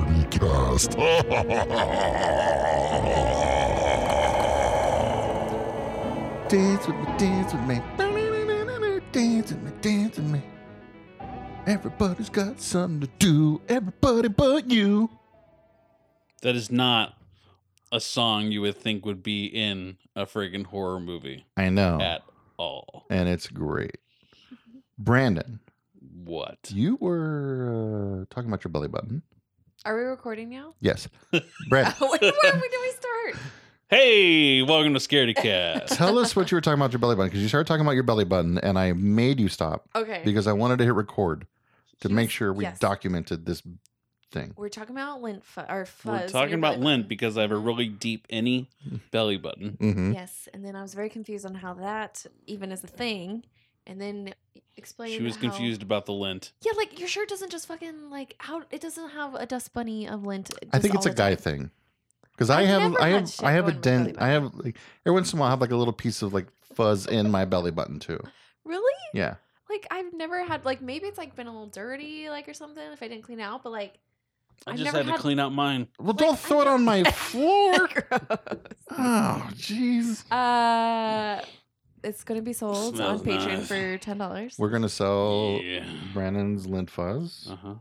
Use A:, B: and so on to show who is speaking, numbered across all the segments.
A: podcast.
B: Dance with me, dance with me. Dance with me, dance with me. Everybody's got something to do. Everybody but you.
C: That is not a song you would think would be in a friggin' horror movie
B: I know.
C: at all.
B: And it's great. Brandon,
C: What?
B: you were uh, talking about your belly button.
D: Are we recording now?
B: Yes. Brandon,
D: Where, where did we start?
C: Hey, welcome to Scaredy Cat.
B: tell us what you were talking about your belly button because you started talking about your belly button and I made you stop
D: Okay.
B: because I wanted to hit record to make sure we
D: Yes.
B: documented this thing.
D: We're talking about lint fu- or fuzz.
C: We're
D: in
C: talking
D: your
C: about
D: belly
C: lint
D: button.
C: because I have a really deep any belly button.
B: Mm-hmm.
D: Yes, and then I was very confused on how that even is a thing, and then explained.
C: She was
D: how-
C: confused about the lint.
D: Yeah, like your shirt doesn't just fucking like how it doesn't have a dust bunny of lint.
B: I
D: just
B: think it's
D: all
B: a
D: the
B: guy
D: time.
B: thing. Because I
D: I've
B: have,
D: never
B: I
D: had
B: have,
D: shit
B: I have a
D: going in my belly
B: dent. I have like every once in a while, I have like a little piece of like fuzz in my belly button too.
D: Really?
B: Yeah,
D: Like I've never had like maybe it's like been a little dirty like or something if I didn't clean it out, but like
C: I
D: I've
C: just
D: never
C: had, to
D: had-
C: clean out mine.
B: well, don't throw it on my floor.
D: gross.
B: Oh, jeez.
D: Uh, it's gonna be sold on
C: Smells
D: Patreon
C: nice.
D: for ten dollars.
B: We're gonna sell
C: Yeah.
B: Brandon's lint fuzz.
C: Uh huh.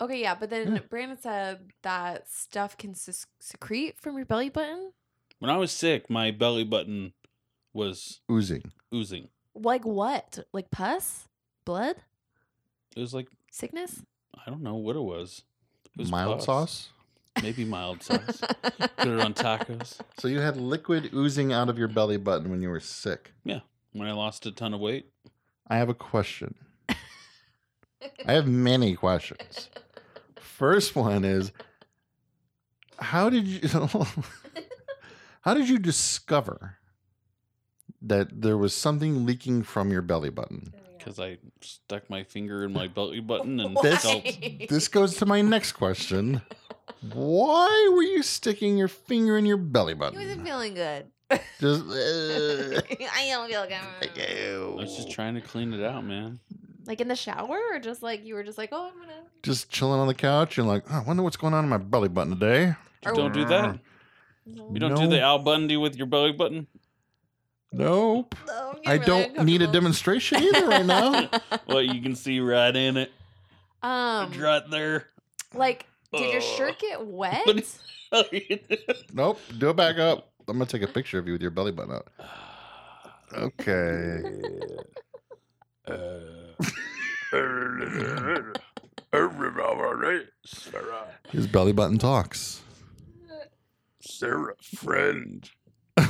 D: Okay, yeah, but then
B: Yeah.
D: Brandon said that stuff can s- secrete from your belly button.
C: When I was sick, my belly button was
B: Oozing.
C: oozing.
D: Like what? Like pus, blood,
C: It was like
D: sickness.
C: I don't know what it was. It was
B: Mild
C: pus.
B: sauce.
C: maybe mild sauce. Put it on tacos.
B: So you had liquid oozing out of your belly button when you were sick.
C: When I lost a ton of weight,
B: I have a question. I have many questions. First one is how did you how did you discover that there was something leaking from your belly button?
C: because I stuck my finger in my belly button and
D: Why?
C: felt
B: This goes to my next question. Why were you sticking your finger in your belly
D: He wasn't
B: button?
D: feeling good.
B: Just uh,
D: I don't feel good.
C: I was just trying to clean it out, man.
D: Like in the shower, or just like you were just like, oh, I'm gonna.
B: just chilling on the couch and like, oh, I wonder what's going on in my belly button today.
C: You don't do that. You don't do
B: No.
C: the Al Bundy with your belly button.
B: Nope.
D: No, I'm getting
B: I
D: really
B: don't need a
D: uncomfortable.
B: demonstration either right now.
C: Well, you can see right in it.
D: um,
C: It's right there.
D: like, did
C: Ugh.
D: your shirt get wet?
C: What is-
B: Nope. Do it back up. I'm gonna take a picture of you with your belly button out. Okay.
C: Uh,
B: His belly button talks.
C: Sarah, friend.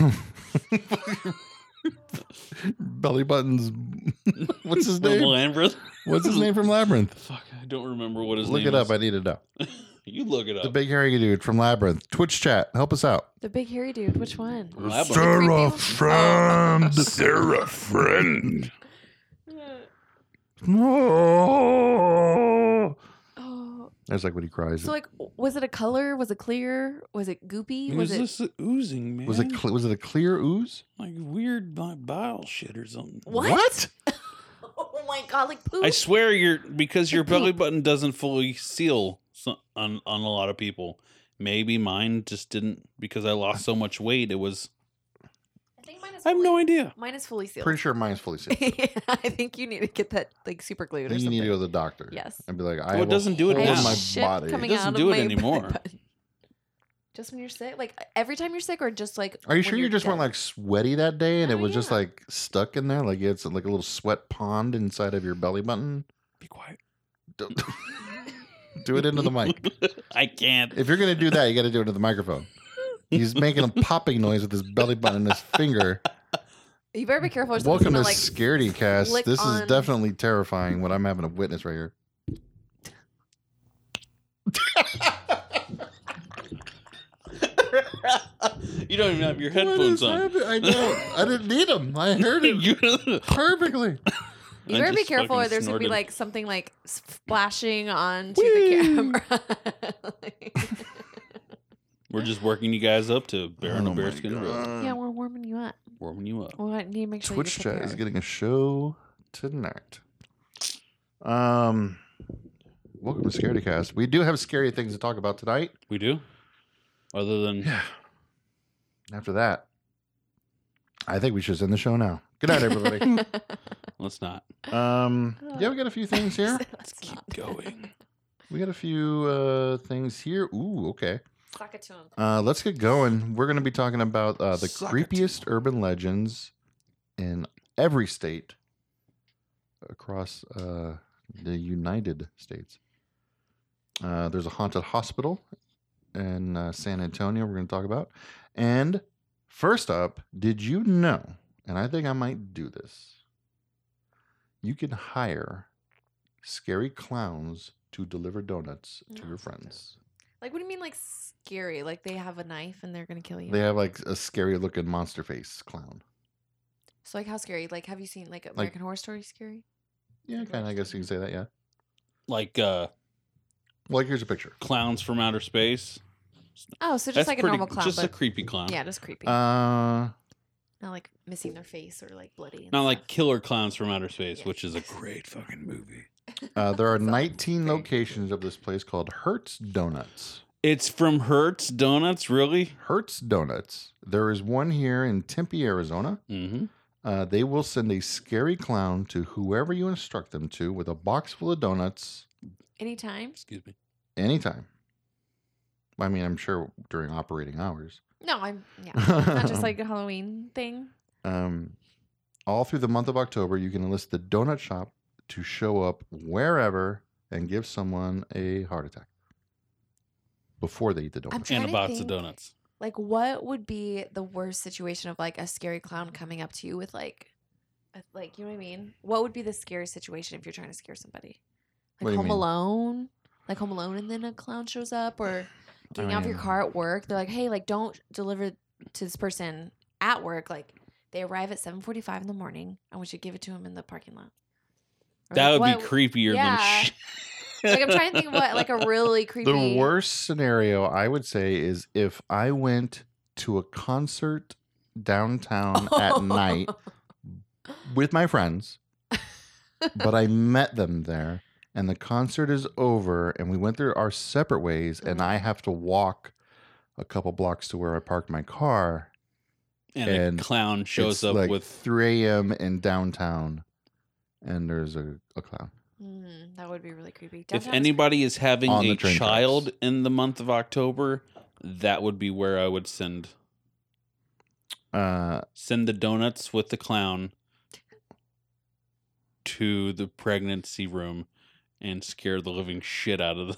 B: belly buttons. What's his
C: From
B: name?
C: Lambert.
B: What's his name from Labyrinth?
C: Fuck, I don't remember what his
B: Look
C: name
B: it up.
C: is.
B: I need to know.
C: You look it up.
B: The big hairy dude from Labyrinth. Twitch chat. Help us out.
D: The big hairy dude. Which one?
C: Labyrinth.
D: Sarah
B: friend.
C: Sarah, friend.
B: No.
D: Oh,
B: That's like when he cries.
D: so like, was it a color? Was it clear? Was it goopy?
C: It
D: Was
C: was
D: it?
C: just oozing, man.
B: was it cle was it a clear ooze?
C: like weird bi- bile shit or something?
D: What? Oh my god! Like poop.
C: I swear you're because your
D: Poop.
C: belly button doesn't fully seal so- on on a lot of people. Maybe mine just didn't because I lost so much weight. It was
D: I think mine is.
C: I have no
D: fully-
C: idea.
D: Mine is fully sealed.
B: Pretty sure mine's fully sealed.
D: I think you need to get that like super
B: I
D: glued or
B: think you
D: something.
B: need to go to the doctor.
D: Yes.
B: And be like, I
C: Well, it
B: have a
C: doesn't do it
B: hole
C: now.
B: in my
D: Shit
B: body.
D: coming
C: It doesn't
D: out
C: do
D: of
C: it
D: my
C: anymore.
D: belly button. Just when you're sick, like every time you're sick, or just like.
B: Are you
D: when
B: sure you
D: you're
B: just weren't
D: dead?
B: like sweaty that day and
D: Oh,
B: it was just
D: yeah.
B: like stuck in there? Like it's like a little sweat pond inside of your belly button?
C: Be quiet.
B: Do- do it into the mic.
C: I can't.
B: If you're going to do that, you got to do it into the microphone. He's making a popping noise with his belly button and his finger.
D: You better be careful. or something's
B: Welcome to
D: gonna, like,
B: Scaredy Cast.
D: flick
B: This is
D: on-
B: definitely terrifying what I'm having to witness right here.
C: you don't even have your
B: What is
C: headphones on.
B: happening? I don't. I didn't need them. I heard it
C: You-
B: perfectly.
D: You
C: I
D: better be
C: just
D: careful, or
C: fucking
D: there's gonna
C: snorted.
D: be like something like splashing onto the camera. Like-
C: We're just working you guys up to Baron and
B: Oh my
C: Bearskin Road,
B: God.
D: yeah, we're warming you up.
C: warming you up.
D: We need to make sure
B: Twitch
D: you're
B: chat is
D: prepared.
B: getting a show tonight. Um, Welcome to Scaredy Cast. We do have scary things to talk about tonight.
C: We do? Other than
B: Yeah. After that, I think we should end the show now. Good night, everybody.
C: let's not
B: um, yeah, we got a few things here.
D: Let's keep
C: going.
B: We got a few uh, things here. Ooh, okay.
D: Talk it to him.
B: Uh, let's get going. We're going to be talking about uh, the
C: Suck it.
B: creepiest urban legends in every state across uh, the United States. Uh, there's a haunted hospital in uh, San Antonio we're going to talk about. And first up, did you know? And I think I might do this. You can hire scary clowns to deliver donuts to
C: Oh,
D: No.
B: your friends.
D: Like, what do you mean, like scary? Like they have a knife and they're gonna kill you.
B: They have like a scary looking monster face clown.
D: so, like, how scary? Like, have you seen like American Horror Story scary?
B: Yeah, kind of. I guess you can say that. Yeah.
C: like uh
B: Well, like, here's a picture.
C: clowns from outer space.
D: Oh, so just
C: That's
D: like a
C: pretty-
D: normal clown,
C: Just a
D: but
C: creepy clown.
D: yeah, just creepy.
B: Uh,
D: Not like missing their face or like bloody. and
C: Not like
D: stuff.
C: killer clowns from outer space,
D: Yeah.
C: which is a great fucking movie.
B: uh, there are
D: Sounds
B: 19
D: scary.
B: locations of this place called Hertz Donuts.
C: It's from Hertz Donuts, really?
B: Hertz Donuts. There is one here in Tempe, Arizona.
C: Mm-hmm.
B: Uh, they will send a scary clown to whoever you instruct them to with a box full of donuts
D: Anytime?
C: Excuse me.
B: anytime. I mean, I'm sure during operating hours.
D: No, I'm yeah. Not just like a Halloween thing.
B: Um, all through the month of October, you can enlist the donut shop to show up wherever and give someone a heart attack before they eat the donut.
D: trying
C: and a
D: to
C: box
D: think.
C: of donuts.
D: Like, what would be the worst situation of like a scary clown coming up to you with like, a, like you know what I mean? What would be the scariest situation if you're trying to scare somebody?
B: What do
D: Like
B: you
D: Home
B: mean?
D: Alone, like Home Alone, and then a clown shows up, or getting out of your
B: mean-
D: car at work. They're like, hey, like don't deliver to this person at work. Like they arrive at 7:45 in the morning. I want you to give it to him in the parking lot. Or,
C: That
D: like,
C: would
D: what-
C: be creepier
D: yeah.
C: than shit.
D: Like I'm trying to think of what like a really creepy.
B: The worst scenario I would say is if I went to a concert downtown at night with my friends, but I met them there and the concert is over and we went through our separate ways and I have to walk a couple blocks to where I parked my car
C: and,
B: And
C: a clown
B: It's
C: shows up
B: like
C: with
B: 3 a.m. in downtown, and there's a, a clown.
D: Mm, that would be really creepy.
C: if
D: Downtown is
C: anybody is having
B: On the
C: a
B: train tracks.
C: child in the month of October, that would be where I would send
B: Uh,
C: send the donuts with the clown to the pregnancy room and scare the living shit out of the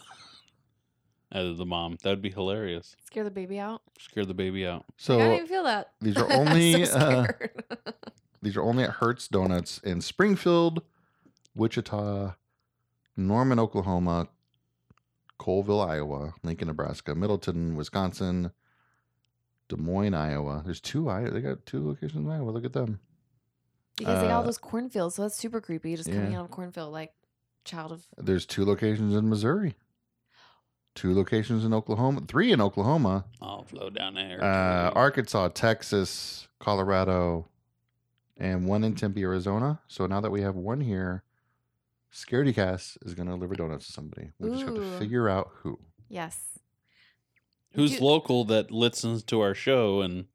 C: out of the mom. That would be hilarious.
D: scare the baby out.
C: Scare the baby out.
D: Like, I didn't
B: so
D: even feel that.
B: these are
D: I'm so
B: only, uh,
D: scared.
B: these are only at Hertz Donuts in Springfield, Wichita, Norman, Oklahoma, Colville, Iowa, Lincoln, Nebraska, Middleton, Wisconsin, Des Moines, Iowa. There's two Iowa. They got two locations in Iowa. Look at them.
D: because they got all
B: uh,
D: those cornfields, so that's super creepy. Just coming
B: yeah.
D: out of a cornfield like child of
B: There's two locations in Missouri. Two locations in Oklahoma, three in Oklahoma,
C: I'll flow down there.
B: uh, Arkansas, Texas, Colorado, and one in Tempe, Arizona. So now that we have one here, Scaredy Cast is going to deliver donuts to somebody. We just have to
D: Ooh.
B: figure out who.
D: yes.
C: Who's
D: Do-
C: local that listens to our show and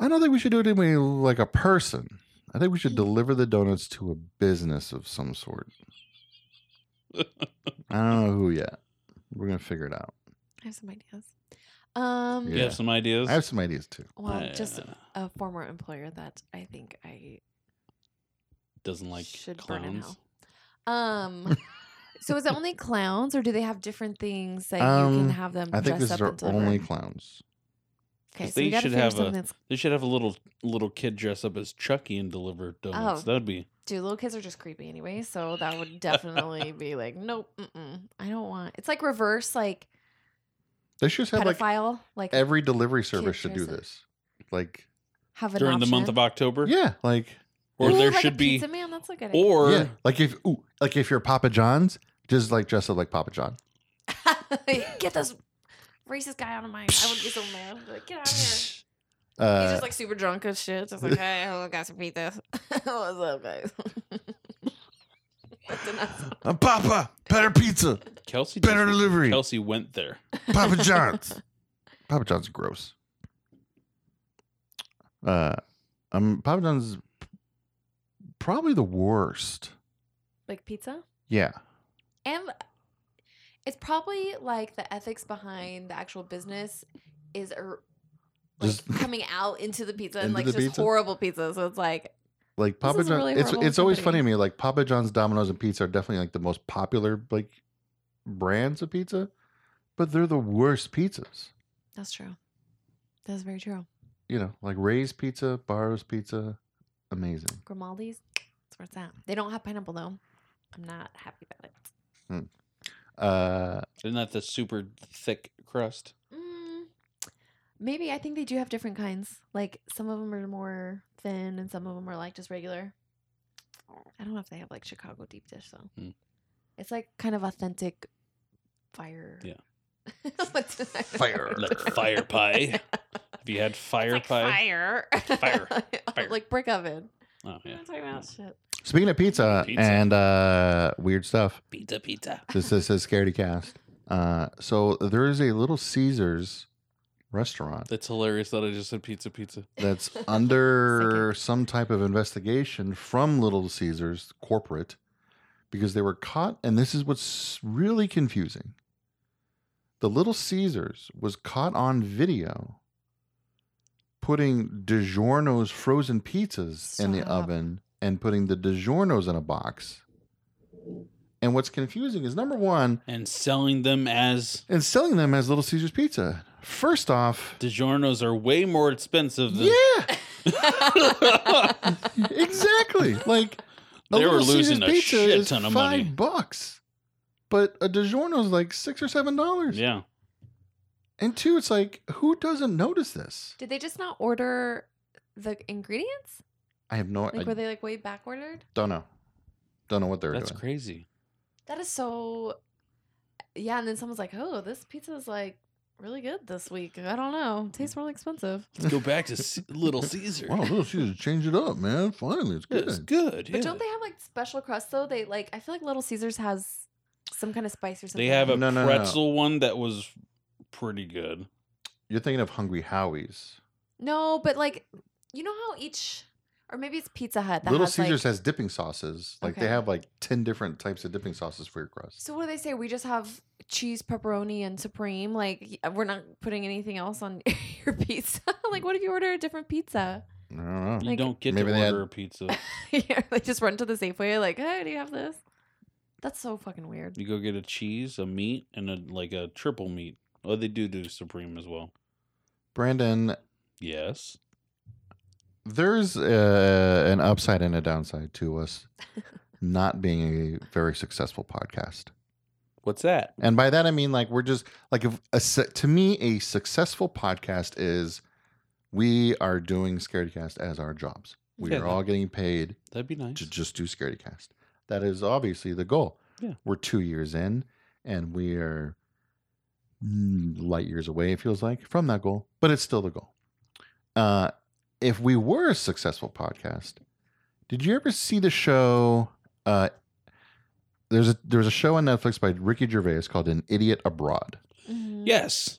B: I don't think we should do it anyway like a person. I think we should deliver the donuts to a business of some sort. I don't know who yet. We're going to figure it out.
D: I have some ideas. Um,
C: you
B: Yeah.
C: have some ideas?
B: I have some ideas too.
D: well, just
C: Uh,
D: a former employer that I think I
C: doesn't like
D: should burn in
C: clowns.
D: hell. Um, so is it only clowns, or do they have different things that you
B: Um,
D: can have them?
B: I think
D: dress
B: this is
D: up
B: our
D: and deliver?
B: only clowns.
D: Okay, so
C: They
D: you got to
C: should
D: figure
C: have a-
D: something that's
C: They should have a little little kid dress up as Chucky and deliver donuts.
D: Oh.
C: That would be
D: Dude, little kids are just creepy anyway, so that would definitely be like, nope, mm-mm, I don't want. It's like reverse, like
B: They should have like
D: pedophile, like,
B: every delivery service should
D: dress
B: do
D: up.
B: this. Like,
D: have an
C: during the month
D: option.
C: of October.
B: yeah, like
C: Or
D: Ooh,
C: there
D: like a
C: should be
D: pizza man. That's a good idea.
C: or
B: yeah, like if ooh, like if you're Papa John's, just like dress up like Papa John.
D: get this racist guy out of mine. I would be so mad. I'd be Like, get out of here. He's
B: Uh,
D: Oh, just like super drunk as shit. Just like, hey, I got some pizza. What's up, guys? That's an awesome-
B: Uh, Papa, better pizza,
C: Kelsey just-
B: better delivery.
C: Kelsey went there.
B: Papa John's. Papa John's is gross. Uh, um, Papa John's is probably the worst.
D: like pizza.
B: Yeah,
D: And it's probably like the ethics behind the actual business is er, like
B: Just-
D: coming out into the pizza and
B: Into
D: like
B: the
D: just
B: pizza?
D: horrible pizza. So it's like
B: like Papa
D: is
B: John's.
D: really
B: it's
D: horrible
B: it's always funny
D: company.
B: to me. Like Papa John's, Domino's, and pizza are definitely like the most popular like brands of pizza, but they're the worst pizzas.
D: that's true. That's very true.
B: You know, like Ray's Pizza, Barro's Pizza, amazing.
D: Grimaldi's, that's where it's at. They don't have pineapple though. I'm not happy about it.
B: Uh,
C: Isn't that the super thick crust?
D: Mm, maybe I think they do have different kinds. Like some of them are more thin, and some of them are like just regular. I don't know if they have like Chicago deep dish though.
C: Mm.
D: It's like kind of authentic fire.
C: Yeah.
B: Fire.
C: Like fire pie. Have you had fire
D: It's like
C: pie?
D: Fire.
C: Fire. Fire.
D: like brick oven.
C: Oh yeah.
D: I'm talking about shit.
B: speaking of pizza,
C: Pizza.
B: and uh, weird stuff,
C: Pizza, pizza.
B: this this is Scaredy Cast. Uh, so there is a Little Caesars restaurant
C: That's hilarious that I just said pizza, pizza.
B: that's under some type of investigation from Little Caesars corporate because they were caught, and this is what's really confusing. The Little Caesars was caught on video putting DiGiorno's frozen pizzas in the
D: Stop.
B: oven and putting the DiGiorno's in a box. And what's confusing is number one,
C: And selling them as
B: and selling them as Little Caesars pizza. First off,
C: DiGiorno's are way more expensive than
B: yeah,
D: That's
B: exactly. Like a
C: They were
B: Little
C: losing a shit
B: is
C: ton of
B: five
C: money.
B: bucks, but a DiGiorno's like six or seven dollars.
C: Yeah.
B: And two, it's like who doesn't notice this?
D: Did they just not order the ingredients?
B: I have no.
D: Like,
B: I
D: were they like way back ordered?
B: don't know. Don't know what they're
C: That's
B: doing.
C: crazy.
D: That is so. Yeah, and then someone's like, "Oh, this pizza is like really good this week. I don't know, tastes really expensive,
C: Let's go back to S- Little Caesar.
B: Wow, Little Caesars changed it up, man. Finally, it's
C: Yeah,
B: good.
C: It's good.
D: but
C: yeah.
D: don't they have like special crust though? They like I feel like Little Caesars has some kind of spice or something.
C: They have a
B: No, no, no.
C: pretzel one that was pretty good.
B: You're thinking of Hungry Howie's.
D: no, but like you know how each or maybe it's Pizza Hut that
B: Little
D: has,
B: Caesars
D: like,
B: has dipping sauces. Like they
D: Okay.
B: have like ten different types of dipping sauces for your crust.
D: So what do they say? We just have cheese, pepperoni, and supreme. Like y- we're not putting anything else on your pizza. like what if you order a different pizza?
B: I don't know.
C: You
D: Like-
C: don't get
B: Maybe
C: to
B: they had-
C: order a pizza.
D: yeah, they just run to the Safeway like, hey, do you have this? That's so fucking weird.
C: You go get a cheese, a meat, and a like a triple meat. Oh, they do do supreme as well.
B: Brandon,
C: Yes.
B: there's uh, an upside and a downside to us not being a very successful podcast.
C: What's that?
B: And by that I mean like we're just like if a su- to me a successful podcast is we are doing Scaredycast as our jobs. We
C: Yeah.
B: are all getting paid
C: That'd be nice.
B: to just do Scaredycast. That is obviously the goal.
C: Yeah.
B: We're 2 years in and we are mm, light years away it feels like from that goal, but it's still the goal. Uh if we were a successful podcast, did you ever see the show? Uh, there's a there's a show on Netflix by Ricky Gervais called "An Idiot Abroad."
D: Mhm.
C: Yes.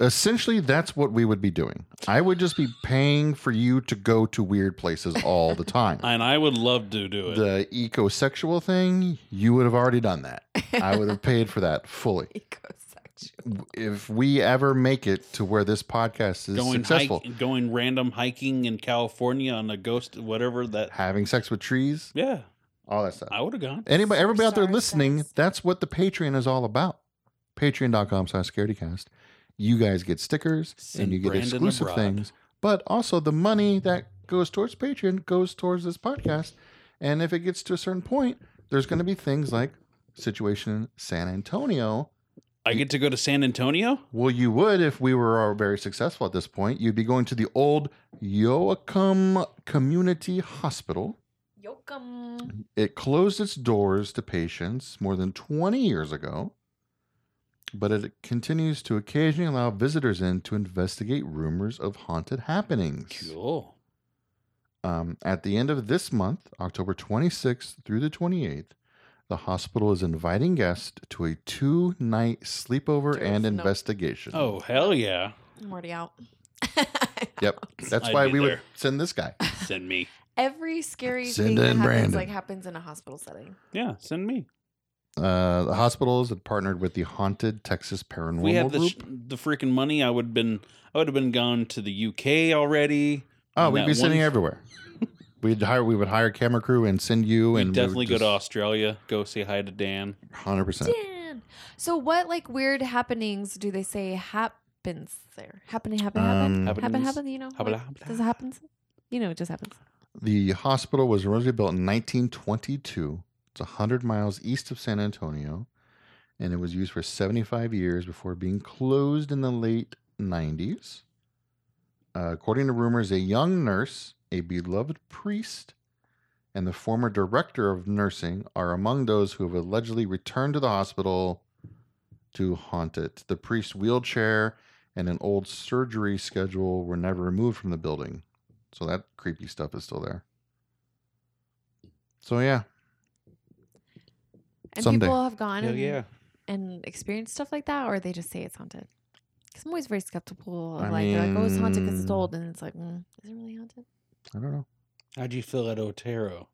B: Essentially, that's what we would be doing. I would just be paying for you to go to weird places all the time.
C: And I would love to do it.
B: the ecosexual thing, you would have already done that. I would have paid for that fully.
D: Ecosexual.
B: If we ever make it to where this podcast is
C: going
B: successful,
C: hike, going random hiking in California on a ghost whatever that
B: having sex with trees,
C: Yeah.
B: all that stuff.
C: I would have gone.
B: Anybody, everybody out there
D: Superstar
B: listening,
D: sex.
B: that's what the Patreon is all about. Patreon.com slash scaredycast. You guys get stickers
C: Send
B: and you get
C: Brandon
B: exclusive
C: abroad.
B: things, but also the money that goes towards Patreon goes towards this podcast. And if it gets to a certain point, there's going to be things like situation in San Antonio.
C: I get to go to San Antonio?
B: Well, you would if we were all very successful at this point. You'd be going to the old Yoakum Community Hospital.
D: Yokum.
B: It closed its doors to patients more than 20 years ago, but it continues to occasionally allow visitors in to investigate rumors of haunted happenings.
C: Cool.
B: Um, at the end of this month, October 26th through the 28th, the hospital is inviting guests to a two night sleepover
D: There's
B: and
D: no-
B: investigation.
C: Oh hell yeah!
D: I'm already out.
B: Yep. That's
C: I'd
B: why
C: be
B: we would
C: there.
B: send this guy.
C: Send me.
D: Every scary
B: Send
D: thing that
B: in
D: happens
B: Brandon.
D: like happens in a hospital setting.
C: Yeah, send me.
B: Uh, the hospitals had partnered with the Haunted Texas Paranormal
C: If we had the
B: Group.
C: sh- the freaking money, I would have been I would have been gone to the UK already.
B: oh,
C: on
B: we'd
C: that
B: be sending
C: one-
B: everywhere. We'd hire. We would hire a camera crew and send you.
C: We'd
B: and
C: definitely go to Australia. Go say hi to Dan.
B: Hundred percent.
D: Dan. So what like weird happenings do they say happens there? Happening, happen, happen,
B: Um,
C: Happen-
D: happen,
C: happens.
D: happen. You know,
C: Habla-
D: like,
C: habla.
D: does it happens? You know, it just happens.
B: the hospital was originally built in 1922. It's 100 miles east of San Antonio, and it was used for 75 years before being closed in the late 90s. Uh, according to rumors, a young nurse, a beloved priest, and the former director of nursing are among those who have allegedly returned to the hospital to haunt it. The priest's wheelchair and an old surgery schedule were never removed from the building. So that creepy stuff is still there. So yeah,
D: And
B: Someday.
D: people have gone
C: Hell
D: and,
C: yeah!
D: and experienced stuff like that, or they just say it's haunted. Because I'm always very skeptical of
B: I
D: like, they're like, oh, it's haunted because it's
B: mean-
D: old, and it's like, mm, is it really haunted?
B: I don't know.
C: How'd you feel at Otero?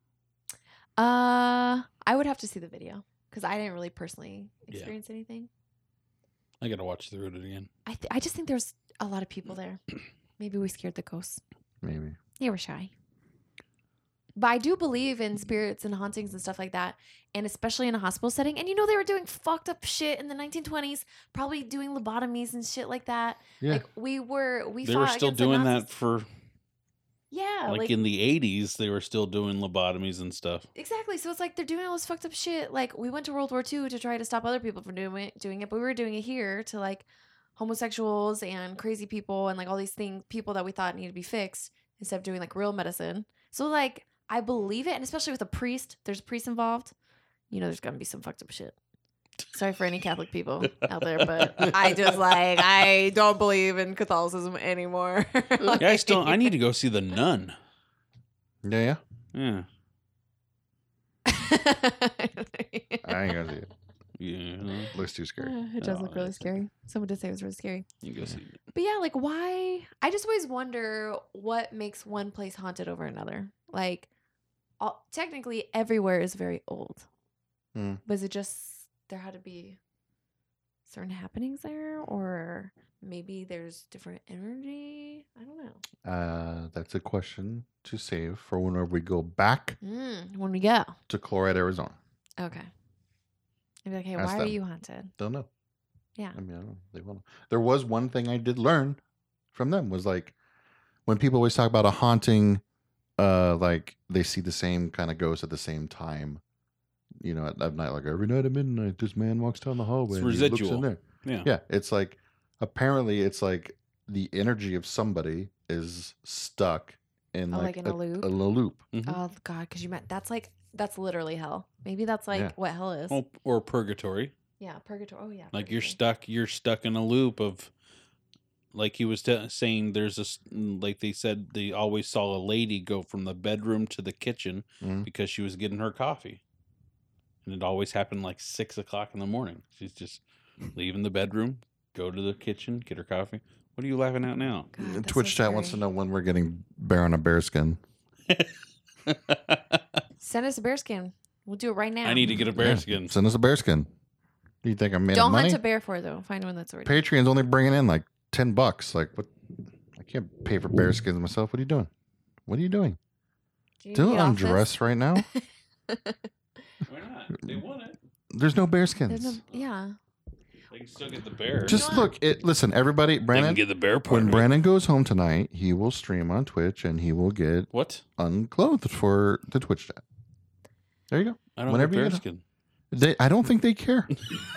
D: Uh, I would have to see the video because I didn't really personally
C: Yeah.
D: experience anything.
C: I gotta watch through it again.
D: I th- I just think there's a lot of people there. Maybe we scared the ghosts.
B: Maybe.
D: They were shy. But I do believe in spirits and hauntings and stuff like that, and especially in a hospital setting. And you know they were doing fucked up shit in the 1920s, probably doing lobotomies and shit like that.
B: Yeah.
D: Like we were, we
C: they
D: fought
C: were still
D: against the
C: doing that
D: Nazis.
C: for
D: Yeah,
C: like, in the eighties. They were still doing lobotomies and stuff.
D: Exactly. So it's like they're doing all this fucked up shit. Like we went to World War II to try to stop other people from doing it, doing it, but we were doing it here to like homosexuals and crazy people and like all these things, people that we thought needed to be fixed instead of doing like real medicine. So like I believe it, and especially with a priest, there's a priest involved. You know, there's gonna be some fucked up shit. Sorry for any Catholic people out there, but I just like I don't believe in Catholicism anymore.
C: Yeah, I still I need to go see the nun.
B: Yeah, yeah.
C: Yeah,
B: I ain't gonna see it.
C: yeah.
B: Looks too scary.
D: Uh, It does
C: Oh,
D: look really
C: that's good.
D: scary. Someone did say it was really scary.
C: You go see.
D: But yeah, like why? I just always wonder what makes one place haunted over another. Like, all, technically, everywhere is very old.
B: Mm.
D: Was it just there had to be certain happenings there, or maybe there's different energy? I don't know.
B: Uh, that's a question to save for whenever we go back
D: Mm, when we go,
B: to Chloride, Arizona.
D: okay. I'd be like, hey,
B: Ask
D: why are
B: them.
D: you haunted?
B: They'll know.
D: Yeah.
B: I mean, I don't know. They will know. There was one thing I did learn from them was like when people always talk about a haunting, uh, like they see the same kind of ghost at the same time. You know, at, at night, like every night at midnight, this man walks down the hallway. and he looks
C: residual.
B: in there.
C: Yeah.
B: Yeah, it's like apparently it's like the energy of somebody is stuck in
D: Oh,
B: like,
D: like in a loop?
B: in a loop.
C: Mhm.
D: Oh God, because you meant that's like that's literally hell. Maybe that's like
B: Yeah.
D: what hell is.
C: Or, Oh, or purgatory.
D: Yeah, purgatory. Oh yeah,
C: Like you're
D: purgatory.
C: stuck. You're stuck in a loop of, like he was t- saying. There's this, like they said, they always saw a lady go from the bedroom to the kitchen
D: Mm-hmm.
B: Mhm.
C: because she was getting her coffee, and it always happened like six o'clock in the morning. She's just leaving the bedroom, go to the kitchen, get her coffee. What are you laughing at now?
D: God, that's so
B: Twitch chat wants to
D: scary.
B: know when we're getting bear on a bear skin.
D: Send us a bear skin. We'll do it right now.
C: I need to get a bear
B: Yeah,
C: skin.
B: Send us a bear skin. Do you think I'm made
D: Don't
B: of money?
D: hunt a bear for it though. Find one that's already.
B: Patreon's only bringing in like ten bucks. Like what? I can't pay for bear skins myself. What are you doing? What are you doing?
D: Do you need to
B: Don't
D: get off this?
B: undress right now.
C: Why not? They want it.
B: There's no bear
D: There's
B: skins.
D: no- yeah.
C: They can still get the bear.
B: Just look. It. Listen, everybody.
C: They
B: Brandon.
C: can get the bear part.
B: When
C: of it.
B: Brandon goes home tonight, he will stream on Twitch and he will get
C: What?
B: unclothed for the Twitch chat. There you go.
C: I don't
B: Whenever you get
C: have bear
B: a-
C: skin.
B: They, I don't think they care.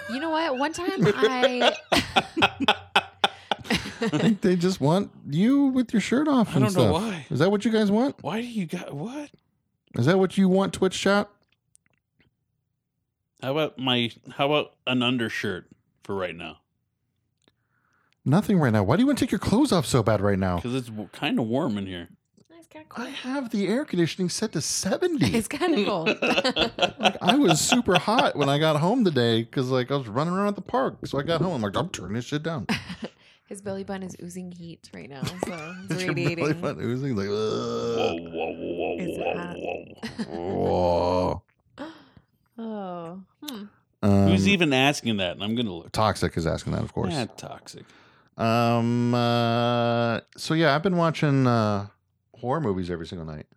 D: You know what? One time I.
B: I think they just want you with your shirt off.
C: I
B: And
C: don't
B: stuff.
C: know why.
B: Is that what you guys want?
C: Why do you got what?
B: Is that what you want, Twitch chat?
C: How about my? How about an undershirt for right now?
B: Nothing right now. Why do you want to take your clothes off so bad right now?
C: Because it's kind of warm in here.
D: Nice kind of cool.
B: I have the air conditioning set to 70.
D: It's kind of cool.
B: I was super hot when I got home today because like I was running around the park. So I got home. I'm like, I'm turning this shit down.
D: His belly button is oozing heat right now, so it's
B: It's your belly
D: radiating.
B: button oozing, like,
C: Whoa,
B: "Ugh."
C: whoa, whoa,
D: It's uh, hot.
C: whoa, whoa, whoa.
B: Whoa.
D: oh, hmm.
B: Um,
C: Who's even asking that? And I'm gonna look.
B: Toxic is asking that, of course.
C: Yeah, toxic.
B: Um. Uh, so yeah, I've been watching uh, horror movies every single night,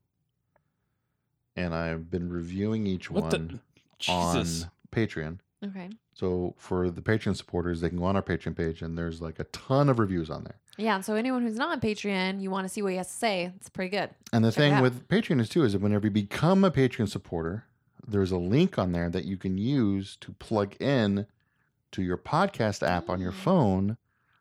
B: and I've been reviewing each
C: What
B: one
C: the? Jesus.
B: on Patreon.
D: okay,
B: So for the Patreon supporters, they can go on our Patreon page, and there's like a ton of reviews on there.
D: yeah. So anyone who's not on Patreon, you want to see what he has to say? It's pretty good.
B: And the
D: Check it
B: thing
D: out.
B: with Patreon is too is that whenever you become a Patreon supporter, there's a link on there that you can use to plug in to your podcast app on your
D: Mm.
B: phone.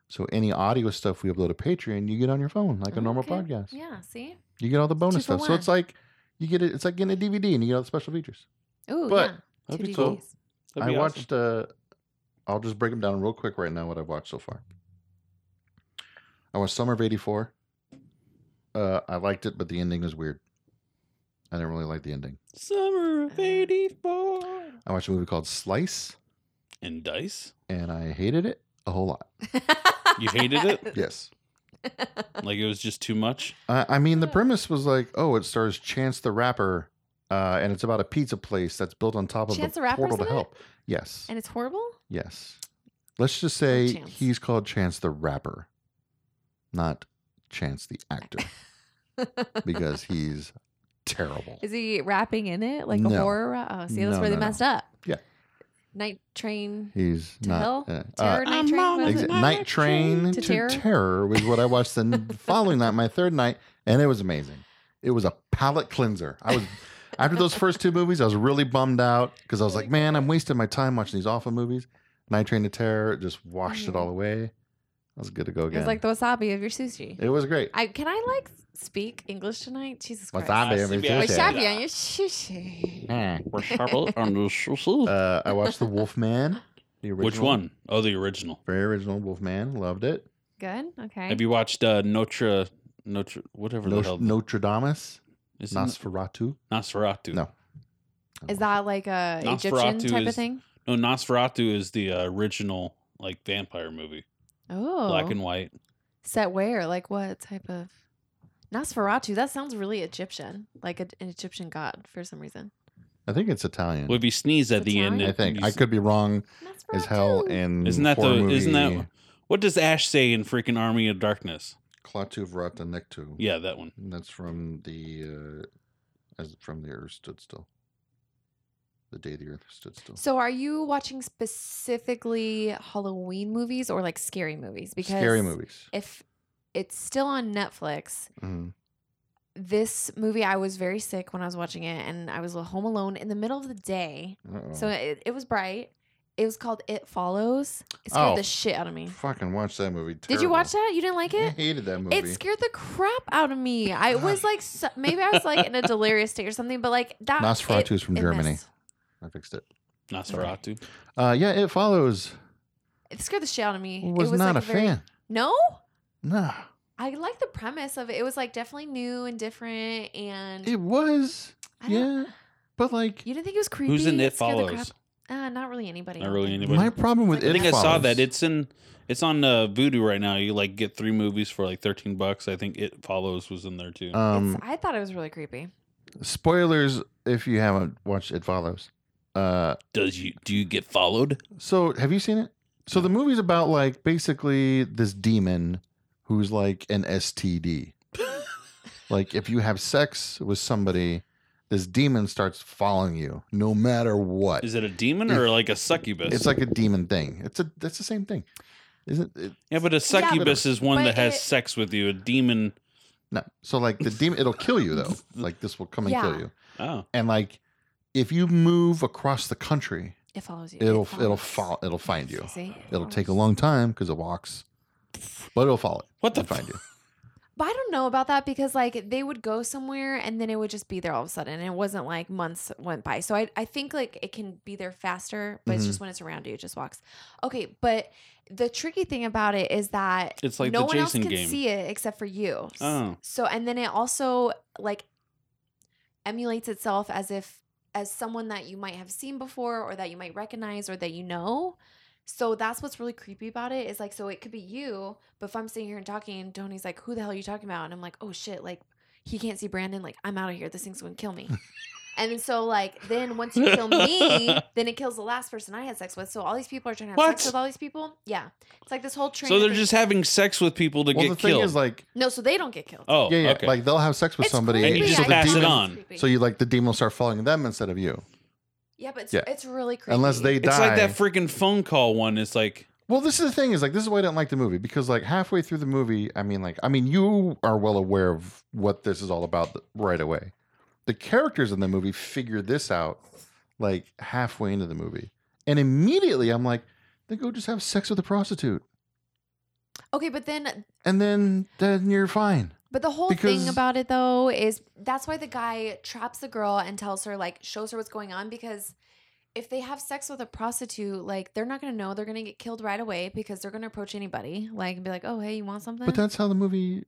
B: So any audio stuff we upload to Patreon, you get on your phone like a normal
D: Oh, Okay.
B: podcast.
D: Yeah. See.
B: You get all the bonus
D: for
B: stuff. So it's like you get it. It's like getting a DVD and you get all the special features.
D: Ooh,
B: But-
D: yeah.
C: That'd
D: Two
C: be cool.
D: DVDs.
C: That'd be
B: I
C: awesome.
B: watched. Uh, I'll just break them down real quick right now. What I've watched so far. I watched Summer of '84. Uh, I liked it, but the ending was weird. I didn't really like the ending.
C: Summer of
D: Uh,
C: '84.
B: I watched a movie called Slice,
C: And dice.
B: and I hated it a whole lot.
C: You hated it?
B: Yes,
C: Like it was just too much.
B: I, I mean the premise was like, oh, it stars Chance the Rapper, uh, and it's about a pizza place that's built on top of
D: Chance
B: the
D: the Rapper's
B: portal to
D: in it?
B: help. Yes,
D: And it's horrible.
B: Yes. Let's just say
D: Chance.
B: he's called Chance the rapper, not Chance the actor, because he's terrible.
D: Is he rapping in it like a
B: No.
D: horror? Rap? Oh, see, that's
B: No,
D: where they
B: no, no.
D: mess messed up.
B: Yeah.
D: Night Train.
B: He's
D: To
B: not.
D: Hell?
B: uh, uh,
D: Terror Night
C: I'm
D: Train.
C: on
D: was
B: exa-
D: it?
C: my
B: Night Train
D: to
B: to,
D: Terror?
B: terror? was what I watched the n- following night, my third night, and it was amazing. It was a palate cleanser. I was after those first two movies, I was really bummed out because I was like, man, I'm wasting my time watching these awful movies. Night Train to Terror just washed it all away. I was good to go
D: Mm-hmm. It
B: again.
D: was like the wasabi of your sushi.
B: it was great.
D: I can I like speak English tonight? Jesus Christ.
B: Wasabi.
C: I
B: every
C: see
B: Tuesday.
C: behind
D: Wasabi
C: you.
D: on your sushi.
B: Mm.
C: We're sharp on the sushi.
B: Uh, I watched The Wolfman. The original.
C: Which one? Oh, the original.
B: Very original Wolfman. Loved it.
D: Good. Okay.
C: Have you watched uh, Notre Notre whatever the
B: No-
C: hell
B: Notre Dame. Nosferatu.
C: is Nosferatu?
B: No.
D: is that like a Egyptian
C: Nosferatu
D: type of
C: is-
D: thing?
C: No, Nosferatu is the uh, original like vampire movie,
D: Oh.
C: black and white.
D: set where? Like what type of Nosferatu? That sounds really Egyptian, like a, an Egyptian god for some reason.
B: I think it's Italian.
C: Well, if you sneeze at the end,
D: Italian?
B: I
C: it-
B: think
C: you
B: I
C: s-
B: could be wrong
D: Nosferatu.
B: as hell. And
C: Isn't that the? Isn't that? What does Ash say in freaking Army of Darkness?
B: Klaatu Vrata Nektu?
C: Yeah, that one.
B: And that's from the uh, as from the Earth stood still. The day the Earth stood still.
D: So, are you watching specifically Halloween movies or like scary movies? Because
B: Scary movies.
D: If it's still on Netflix,
B: Mhm.
D: this movie I was very sick when I was watching it, and I was home alone in the middle of the day.
B: Uh-oh.
D: So it, it was bright. It was called It Follows. It scared
B: Oh.
D: the shit out of me.
B: fucking watch that movie.
D: Did you watch
B: Terrible.
D: that? You didn't like
B: I
D: it?
B: hated that movie.
D: It scared the crap out of me. I was like, so, maybe I was like in a delirious state or something, but like that.
B: Nosferatu is from
D: Ah, it
B: Germany.
D: messed-
B: I fixed it.
C: Nosferatu.
B: Uh, yeah, it follows.
D: It scared the shit out of me. It
B: was, not
D: like,
B: a
D: very-
B: fan.
D: No?
B: Nah,
D: I like the premise of it. It was like definitely new and different, and
B: it was.
D: I don't-
B: Yeah, but like
D: you didn't think it was creepy.
C: Who's in It
D: scared the
C: Follows?
D: crap- Uh, not really anybody. I
C: Not
D: don't
C: really
D: think.
C: anybody.
B: my problem with
D: I
B: it.
C: I think I saw
B: Follows-
C: that. It's in. It's on uh, Voodoo right now. You like get three movies for like thirteen bucks. I think It Follows was in there too.
B: um
D: It's- I thought it was really creepy.
B: spoilers if you haven't watched it follows. Uh,
C: Does you do you get followed?
B: so have you seen it? So the movie's about like basically this demon who's like an STD. like if you have sex with somebody, this demon starts following you no matter what.
C: Is it a demon or like a succubus?
B: It's like a demon thing. It's a that's the same thing, isn't it?
C: yeah, but a succubus is one
D: but
C: that has
D: it-
C: sex with you. A demon.
B: No. So like the demon, it'll kill you though. Like this will come and
D: Yeah.
B: kill you.
C: Oh,
B: And like if you move across the country,
D: It follows you.
B: it'll it'll
D: follows.
B: follow. It'll find you.
D: See? It
B: It'll take a
D: follows.
B: long time because it walks, but it'll follow
C: what the
B: and find you.
D: But I don't know about that because like they would go somewhere and then it would just be there all of a sudden. And it wasn't like months went by. So I, I think like it can be there faster, but it's just
C: Mm-hmm.
D: when it's around you, it just walks. Okay, but the tricky thing about it is that
C: It's like
D: no
C: the
D: one else
C: Jason
D: can
C: game.
D: see it except for you. S-
C: Oh.
D: So and then it also like emulates itself as if as someone that you might have seen before or that you might recognize or that you know. So that's what's really creepy about it is like so it could be you, but if I'm sitting here and talking and Tony's like, Who the hell are you talking about? And I'm like, Oh shit, like he can't see Brandon, like I'm out of here. This thing's gonna kill me. and then so like then once you kill me, then it kills the last person I had sex with. So all these people are trying to have sex
C: What?
D: with all these people. Yeah. It's like this whole train.
C: So
D: of
C: they're
D: things-
C: just having sex with people to
B: well,
C: get
B: the thing
C: killed.
B: is, like,
D: No, so they don't get killed.
C: oh,
B: yeah, yeah,
C: okay.
B: like they'll have sex with
D: It's
B: somebody,
C: And you
D: creepy.
C: just
D: I know
C: pass it
D: it's
B: demon,
C: on.
D: creepy.
B: So you like the demon will start following them instead of you,
D: Yeah, but it's,
B: Yeah.
D: it's really creepy.
B: unless they die.
C: it's like that freaking phone call one. It's like
B: Well, this is the thing is like this is why I didn't like the movie because like halfway through the movie, I mean like I mean you are well aware of what this is all about th- right away. The characters in the movie figure this out like halfway into the movie, and immediately I'm like, then go just have sex with a prostitute,
D: Okay, but then
B: and then then you're fine.
D: but the whole
B: Because-
D: thing about it though is that's why the guy traps the girl and tells her like shows her what's going on because if they have sex with a prostitute, like they're not gonna know they're gonna get killed right away because they're gonna approach anybody like and be like, oh hey, you want something?
B: But that's how the movie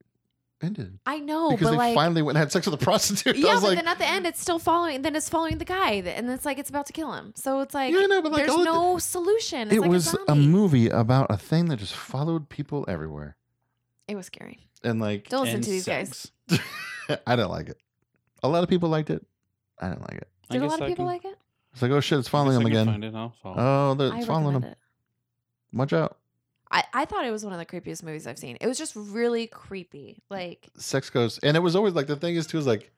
B: ended
D: I know,
B: because
D: but
B: they
D: like.
B: finally went and had sex with a prostitute.
D: yeah,
B: I
D: but
B: was like,
D: then at the end, it's still following. Then it's following the guy, th- and it's like it's about to kill him. So it's like,
B: Yeah, I know, but, like,
D: there's
B: all of the-
D: no solution. It's
B: it
D: like
B: was
D: a,
B: a
D: zombie.
B: movie about a thing that just followed people everywhere,
D: It was scary.
B: and like
D: Don't listen
C: and
D: to these guys.
C: sex.
B: I didn't like it. A lot of people liked it. I didn't like it.
C: I
D: Did a
C: guess
D: lot of
C: I
D: people
C: can-
D: like it?
B: It's like, oh shit, it's
C: I guess
B: following him
C: I can
B: again.
C: Find it. I'll follow.
B: Oh, they're,
D: I
B: it's following
D: recommend
B: him.
D: it.
B: Watch out.
D: I, I thought it was one of the creepiest movies I've seen. It was just really creepy. Like,
B: Sex goes, and it was always like the thing is too is like,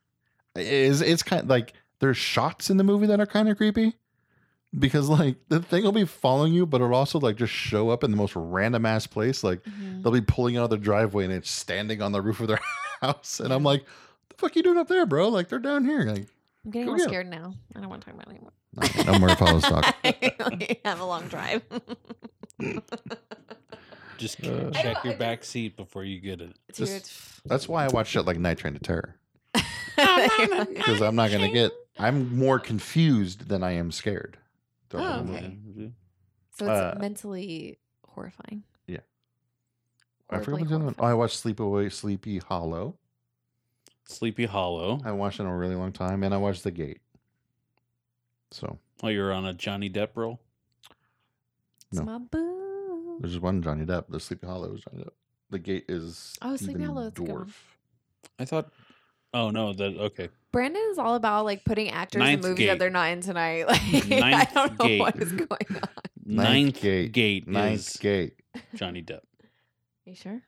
B: is it's kind of like there's shots in the movie that are kind of creepy because like the thing will be following you, but it'll also like just show up in the most random ass place. Like they'll be pulling out of their driveway and it's standing on the roof of their house, and I'm like, the fuck you doing up there, bro? Like they're down here. Like
D: I'm getting
B: Go
D: more
B: get 'em.
D: scared now. I don't want to talk about it anymore.
B: no, no more Apollo stock.
D: I have a long drive.
C: Just
B: Uh,
D: I
C: check
D: don't-
C: your
D: I don't-
C: back seat before you get it.
D: Dude.
B: That's why I watch shit like Night Train to Terror.
D: You're
C: on
D: like-
B: because I'm not gonna get. I'm more confused than I am scared. Don't
D: Oh,
B: remember.
D: okay.
C: Yeah.
D: so it's
B: uh,
D: mentally horrifying.
B: Yeah. I forgot
D: Horribly
B: what's the other one. Oh,
D: horrifying.
B: I watched Sleepaway Sleepy Hollow.
C: Sleepy Hollow.
B: I watched it in a really long time, and I watched The Gate. So
C: Oh, you're on a Johnny Depp roll.
D: It's
B: no.
D: my boo.
B: there's one Johnny Depp. The Sleepy Hollow is Johnny Depp. The Gate is
D: Oh, Sleepy
B: Stephen
D: Hollow, that's a good one.
C: I thought. Oh no, that okay.
D: Brandon is all about like putting actors
C: Ninth
D: in movies
C: Gate.
D: that they're not in tonight. Like, I
C: Ninth
D: don't know
C: Gate.
D: what is going on. Are
C: Ninth,
B: Gate.
C: gate,
B: Ninth
C: is
B: Gate
C: Johnny Depp.
D: you sure?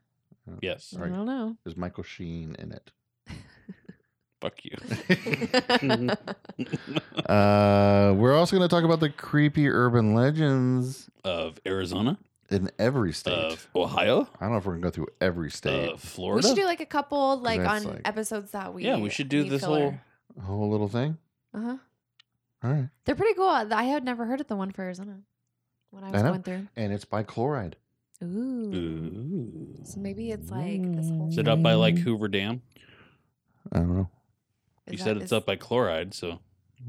C: Yes.
B: Sorry.
D: I don't know.
B: is Michael Sheen in
C: Fuck you.
B: it.
D: Mm-hmm.
B: uh, we're also going to talk about the creepy urban legends
C: of Arizona,
B: in every state.
C: of Ohio,
B: I don't know if we're gonna go through every state.
C: of Florida.
D: We should do like a couple like
B: that's,
D: on
B: like-
D: episodes that we
C: yeah, we should do
D: need
C: this
D: filler.
C: whole.
B: A whole little thing.
D: Uh huh.
B: All right.
D: They're pretty cool. I I had never heard of the one for Arizona when I was
B: know.
D: going through.
B: And it's by chloride.
D: Ooh.
C: Ooh.
D: So maybe it's like this whole.
C: Is it up by like Hoover Dam?
B: I don't know.
D: is
C: You
D: that-
C: said it's
D: is-
C: up by chloride, so.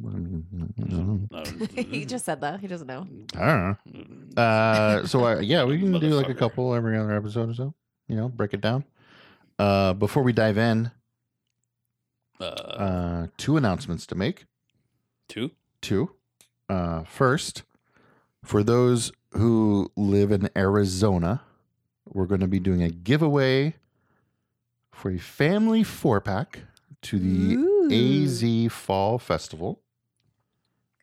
C: Uh, mm.
B: I mean, I don't know.
D: he just said that he doesn't know.
B: I don't know. Uh, so I, yeah, we can do like a couple every other episode or so. You know, break it down. Uh, before we dive in,
C: Uh,
B: uh, two announcements to make.
C: two.
B: Two. Uh, first, for those who live in Arizona, we're going to be doing a giveaway for a family four pack to the AZ Fall Festival.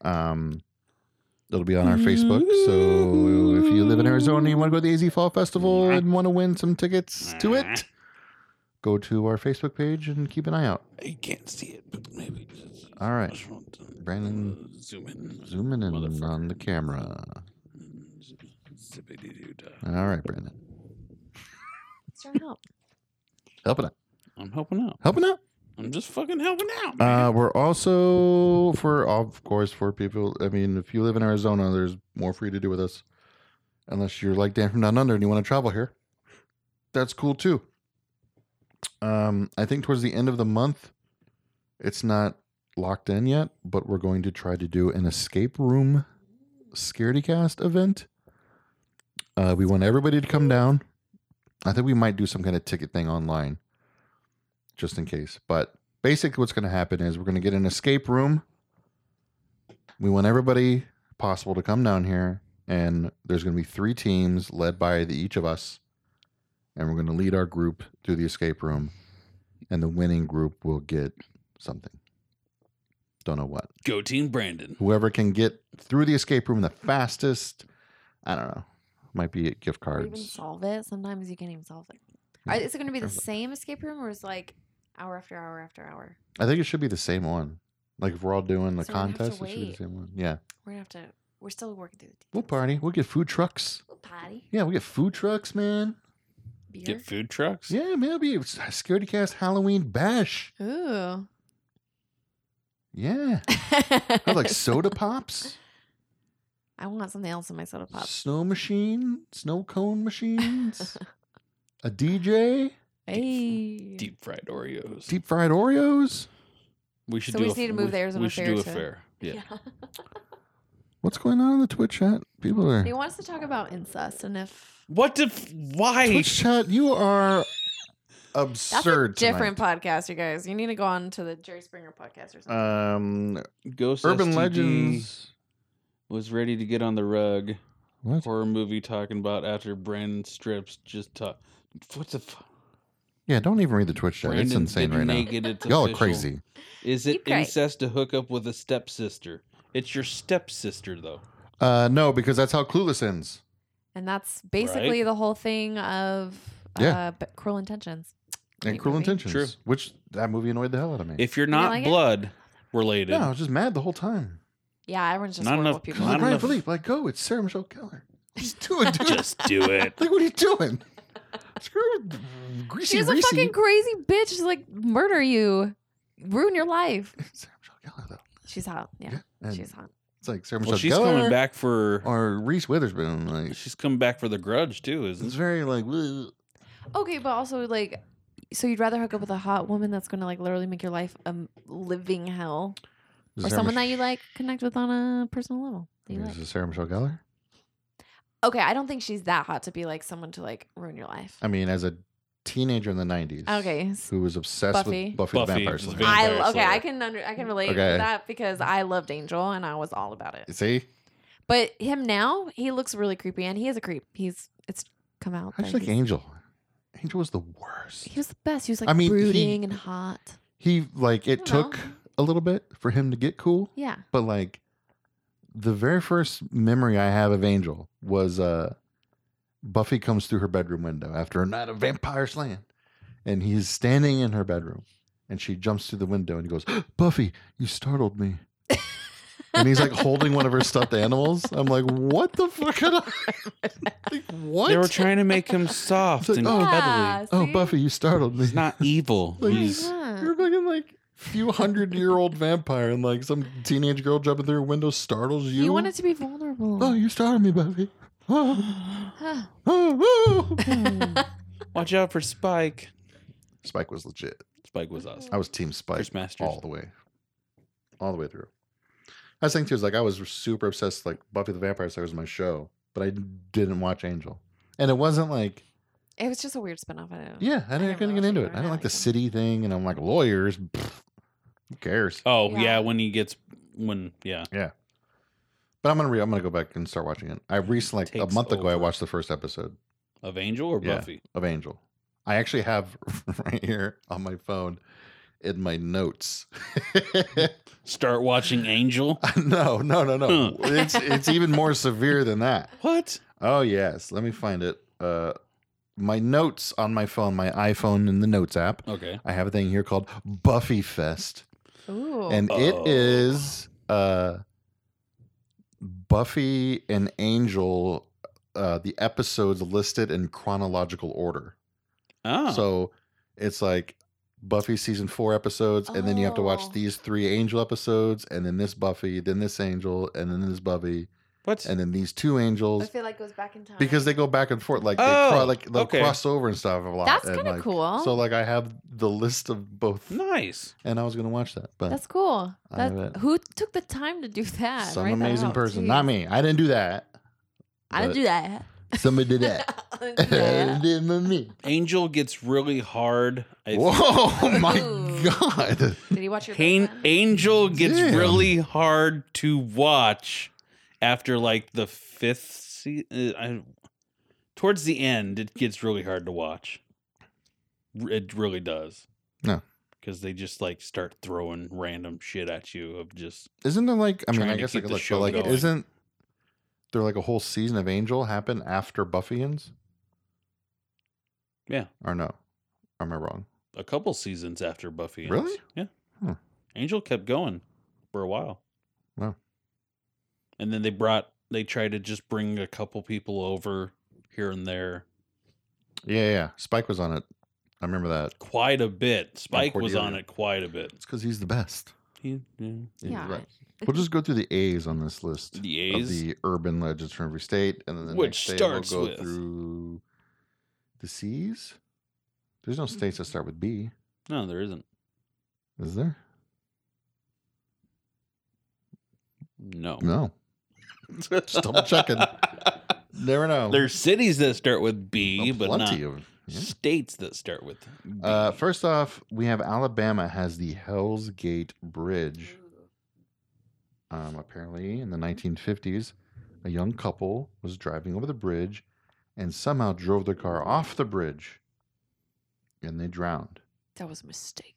B: Um, it'll be on our Facebook. So if you live in Arizona, you want to go to the AZ Fall Festival and want to win some tickets to it, go to our Facebook page and keep an eye out.
C: You can't see it, but maybe. just-
B: All right.
C: just want to,
B: Brandon,
C: uh, Zoom in.
B: Zooming in
C: Motherfucker.
B: on the camera.
C: Zippity-doo-dah.
B: All right, Brandon,
D: It's trying to help.
B: helping out,
C: I'm helping out.
B: helping out.
C: I'm just fucking helping out.
B: Uh,
C: man.
B: we're also for of course for people. I mean, if you live in Arizona, there's more for you to do with us. Unless you're like Dan from Down Under and you want to travel here, that's cool too. Um, I think towards the end of the month, it's not locked in yet, but we're going to try to do an escape room scaredy cast event. Uh, we want everybody to come down. I think we might do some kind of ticket thing online just in case. But basically, what's going to happen is we're going to get an escape room. We want everybody possible to come down here, and there's going to be three teams led by the, each of us, and we're going to lead our group through the escape room, and the winning group will get something. Don't know what.
C: Go team Brandon.
B: Whoever can get through the escape room the fastest, I don't know. Might be gift
D: Or even
B: cards.
D: solve it. Sometimes you can't even solve it.
B: Yeah,
D: Are- Is it going to be the
B: definitely.
D: same escape room or is it like hour after hour after hour?
B: I think it should be the same one. Like if we're all doing the
D: So we don't have to
B: contest, it should be the
D: wait.
B: same one. Yeah,
D: We're going to have to, we're still working through the
B: we'll
D: details.
B: party. We'll get food trucks.
D: We'll potty.
B: Yeah, we get food trucks, man.
D: Beer.
C: Get food trucks.
B: Yeah, man, it'll be a Scaredy Cast Halloween bash.
D: Ooh.
B: Yeah. Have like soda pops,
D: I want something else in my soda pop.
B: snow machine, snow cone machines, a DJ,
D: Hey.
C: Deep fried Oreos.
B: deep fried Oreos.
C: We should
D: So
C: do
D: we
C: a
D: just
C: f-
D: need to move
C: we-
D: the Arizona
C: we should
D: fair
C: do a
D: to-
C: fair. Yeah.
B: What's going on in the Twitch chat? People are
D: He wants to talk about incest and if
C: What the? F- why?
B: Twitch chat. You are
D: that's
B: absurd.
D: a different
B: tonight.
D: podcast, you guys. You need to go on to the Jerry Springer podcast or something.
C: Uh,
B: um
C: Ghost
B: urban
C: STD
B: legends.
C: was ready to get on the rug.
B: What?
C: Horror movie talking about after Brandon strips just talk. What the? F-
B: Yeah, don't even read the Twitch chat.
C: Brandon's
B: it's insane
C: been
B: right now.
C: naked, it's
B: Y'all are
C: official.
B: crazy.
C: Is
D: You
C: it
D: cry.
C: incest to hook up with a stepsister? It's your stepsister though.
B: Uh, no, because that's how Clueless ends.
D: and that's basically
C: Right.
D: the whole thing of
B: Yeah.
D: uh, B- Cruel Intentions.
B: And
D: Great
B: Cruel
D: movie.
B: Intentions,
C: True.
B: which that movie annoyed the hell out of me.
C: If you're
D: You
C: not
D: like it?
C: blood related,
B: no, I was just mad the whole time.
D: Yeah, everyone's just
C: Not
D: horrible
C: enough
D: people.
B: Come on,
C: Not
B: Brian
C: enough-
B: Philippe, like go. It's Sarah Michelle Keller. Just do it, dude.
C: just do it.
B: like, what are you doing? Screw Greasy
D: She's a
B: Reese.
D: fucking crazy bitch. She's like murder you, ruin your life.
B: Sarah Michelle Keller, though.
D: She's hot. Yeah,
B: And
D: she's hot.
B: It's like Sarah Michelle
C: Well, she's
B: Gellar
C: coming back for.
B: or Reese Witherspoon. Like,
C: She's coming back for the grudge too,
B: it's
C: isn't it?
B: very like. bleh.
D: Okay, but also like, so you'd rather hook up with a hot woman that's gonna like literally make your life a m- living hell,
B: Is
D: or
B: Sarah
D: someone
B: Mich-
D: that you like connect with on a personal level. that you
B: I mean,
D: like.
B: Is it Sarah Michelle Gellar?
D: Okay, I don't think she's that hot to be like someone to like ruin your life.
B: I mean, as a teenager in the '90s,
D: Okay. s-
B: who was obsessed
D: Buffy.
B: with Buffy,
C: Buffy
B: the Vampire
C: is
B: Slayer.
C: very-
D: I
C: Vampire
D: okay,
C: Slayer.
D: I can under, I can relate
B: Okay.
D: to that because I loved Angel and I was all about it.
B: See,
D: But him now, he looks really creepy and he is a creep. He's it's come out.
B: I
D: that
B: just like
D: he's-
B: Angel. Angel was the worst.
D: He was the best. He was like
B: I mean, he-
D: brooding and hot.
B: He like it
D: I don't know.
B: took a little bit for him to get cool.
D: Yeah.
B: but like the very first memory I have of Angel was uh Buffy comes through her bedroom window after a night of vampire slaying, and he's standing in her bedroom, and she jumps through the window and he goes, "Oh, "Buffy, you startled me." and he's like holding one of her stuffed animals. I'm like, what the fuck? Are I- like, what?
C: They were trying to make him soft
B: It's like,
C: and
B: oh.
C: cuddly.
D: Yeah,
B: oh,
D: see?
B: Buffy, you startled me.
C: He's not evil.
B: Like,
C: He's
D: Yeah.
B: You're a fucking like few hundred year old vampire, and like some teenage girl jumping through a window startles you.
D: He wanted to be vulnerable.
B: Oh, you started me, Buffy. Oh,
D: Huh.
B: oh, oh.
C: watch out for Spike.
B: Spike was legit.
C: Spike was awesome.
B: I was Team Spike
C: Chris Masters.
B: all the way, all the way through. I was thinking too is like I was super obsessed. Like Buffy the Vampire Slayer was my show, but I didn't watch Angel, and it wasn't like
D: It was just a weird spinoff. I don't know.
B: yeah, Oh, I didn't
D: never
B: I couldn't get
D: watched
B: into it.
D: either,
B: I
D: and
B: didn't
D: I
B: like the
D: liked him.
B: city thing, and I'm like lawyers. pfft, who cares?
C: Oh
D: Yeah.
C: yeah. when he gets when yeah.
B: But I'm gonna re- I'm gonna go back and start watching it. I recently like a
C: Takes
B: month ago I
C: over.
B: watched the first episode.
C: Of Angel or
B: Yeah.
C: Buffy?
B: of Angel. I actually have right here on my phone in my notes. Uh,
C: Start watching Angel.
B: no, no, no, no.
C: Huh.
B: It's it's even more severe than that.
C: What?
B: Oh yes, let me find it. Uh my notes on my phone, my iPhone in the notes app.
C: Okay.
B: I have a thing here called Buffy Fest.
D: Ooh.
B: And
C: Oh.
B: it is uh Buffy and Angel uh the episodes listed in chronological order.
C: Oh.
B: So it's like Buffy season four episodes, and then you have to
D: Oh.
B: watch these three Angel episodes, and then this Buffy, then this Angel, and then this Buffy.
C: What?
B: and then these two
D: I
B: angels
D: feel like it goes back in time.
B: because they go back and forth like they
C: Oh,
B: cro- like they'll
C: okay.
B: cross over and stuff a lot.
D: That's
B: and,
D: kind of
B: like-
D: cool.
B: So like I have the list of both,
C: nice.
B: and I was gonna watch that, but
D: That's cool.
B: I
D: That,
B: have it.
D: Who took the time to do that?
B: some
D: Write that
B: amazing
D: out.
B: person, not
D: Jeez.
B: me. I didn't do that.
D: I didn't
B: but
D: do that.
B: Somebody did that.
D: I didn't do that.
B: did me.
C: Angel gets really hard. I think.
B: Whoa, oh my
D: Ooh.
B: god!
D: Did you watch your
C: An-
D: Batman?
C: Angel gets
B: Damn.
C: really hard to watch after like the fifth season. I, towards the end, it gets really hard to watch. R- It really does.
B: No.
C: Because they just like start throwing random shit at you of just
B: Isn't there like I mean
C: Trying
B: I
C: to
B: guess I
C: keep
B: could
C: the
B: look,
C: show
B: but like
C: going.
B: isn't there like a whole season of Angel happen after Buffy ends?
C: Yeah.
B: Or no? Am I wrong?
C: a couple seasons after Buffy. ends.
B: Really?
C: Yeah.
B: Hmm.
C: Angel kept going for a while.
B: Wow.
C: And then they brought, they tried to just bring a couple people over here and there.
B: Yeah, yeah, yeah. Spike was on it. I remember that.
C: quite a bit. Spike was on
B: Cordelia.
C: it quite a bit.
B: It's because he's the best.
C: He, yeah.
B: He's
D: Yeah.
B: right. We'll just go through the A's on this list
C: The
B: of
C: A's.
B: the urban legends from every state, and then the next
C: Which
B: day
C: starts
B: we'll go
C: with-
B: through the C's. There's no
C: Mm,
B: states that start with B,
C: no, there isn't.
B: is there?
C: No.
B: No. Just double checking. Never know.
C: There's cities that start with
B: Oh,
C: B, but not
B: plenty of yeah.
C: states that start with B.
B: Uh, first off, we have Alabama has the Hell's Gate Bridge. Um, apparently, in the 1950s, a young couple was driving over the bridge and somehow drove their car off the bridge and they drowned.
D: That was a mistake.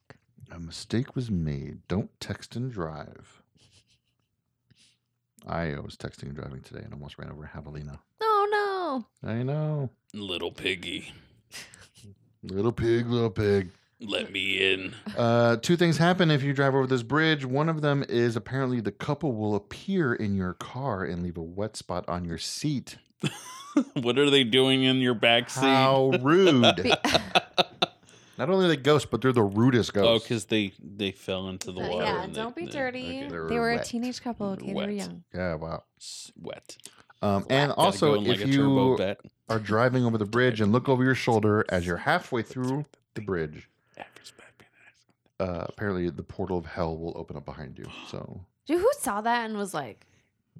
B: A mistake was made. Don't text and drive. I was texting and driving today and almost ran over Javelina.
D: Oh
B: I know.
C: Little piggy,
B: Little pig, little pig.
C: let me in.
B: Uh, two things happen if you drive over this bridge. One of them is apparently the couple will appear in your car and leave a wet spot on your seat.
C: what are they doing in your backseat?
B: How rude!
D: no.
B: Not only are they ghosts, but they're the rudest
C: Oh,
B: ghosts.
C: because they they fell into the
D: Uh,
C: water.
D: Yeah,
C: and they-
D: don't be
C: they-
D: dirty.
C: okay.
D: They
B: They
D: were,
B: were
D: a
B: wet.
D: teenage couple.
C: They
D: Okay,
C: were
D: they were
C: wet.
D: young.
B: yeah, wow.
C: S- Wet.
B: Um, and
C: Gotta go
B: also,
C: in
B: if
C: a turbo
B: you
C: vet.
B: are driving over the bridge and look over your shoulder as you're halfway through the bridge,
C: Average Batman.
B: uh, apparently the portal of hell will open up behind you. So,
D: Dude, who saw that and was like,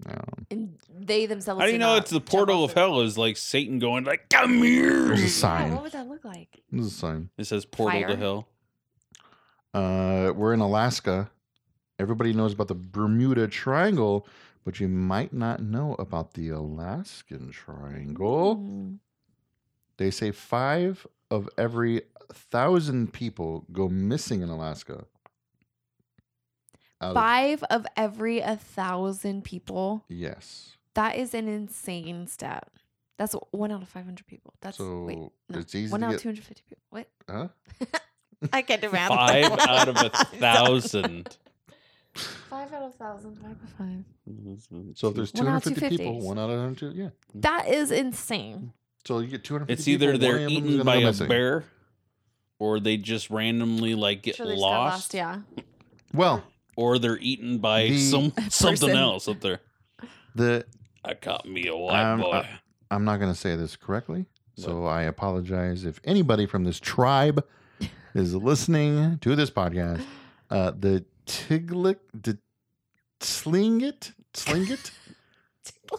B: um,
D: and they themselves?
C: How do you
D: did
C: know
D: not
C: it's the
D: jump
C: portal
D: off
C: of hell? Is like Satan going like, come here.
B: There's a
D: the- Yeah,
B: sign.
D: what would that look like?
B: this is a sign.
C: It says portal
D: Fire.
C: to hell.
B: Uh, we're in Alaska. Everybody knows about the Bermuda Triangle, but you might not know about the Alaskan Triangle.
D: Mm.
B: They say five of every thousand people go missing in Alaska. Out of-
D: Five of every a thousand people.
B: yes.
D: That is an insane stat. That's one out of five hundred people. That's
B: so
D: wait, no,
B: it's easy
D: one
B: to
D: out of
B: get.
D: two hundred fifty people. What?
B: Huh?
D: I can't do math.
C: Five out of a
D: I'm sorry.
C: thousand.
D: Five out of a thousand. Five of five.
B: So if there's
D: One out of
B: 250 people,
D: 250s.
B: one out of 102, yeah.
D: That is insane.
B: So you get 250
C: it's either
B: people,
C: they're
B: one of them's
C: eaten
B: gonna
C: by
B: go
C: a
B: missing.
C: bear, or they just randomly like get
D: Sure, they just got
C: lost,
D: Yeah.
B: Well,
C: or they're eaten by
B: The-
C: some something
D: Person.
C: else up there.
B: the
C: I caught me a white
B: Um,
C: boy.
B: uh, I'm not going to say this correctly, so I apologize if anybody from this tribe is listening to this podcast. Uh, the Tiglit, the Tlingit, Tlingit,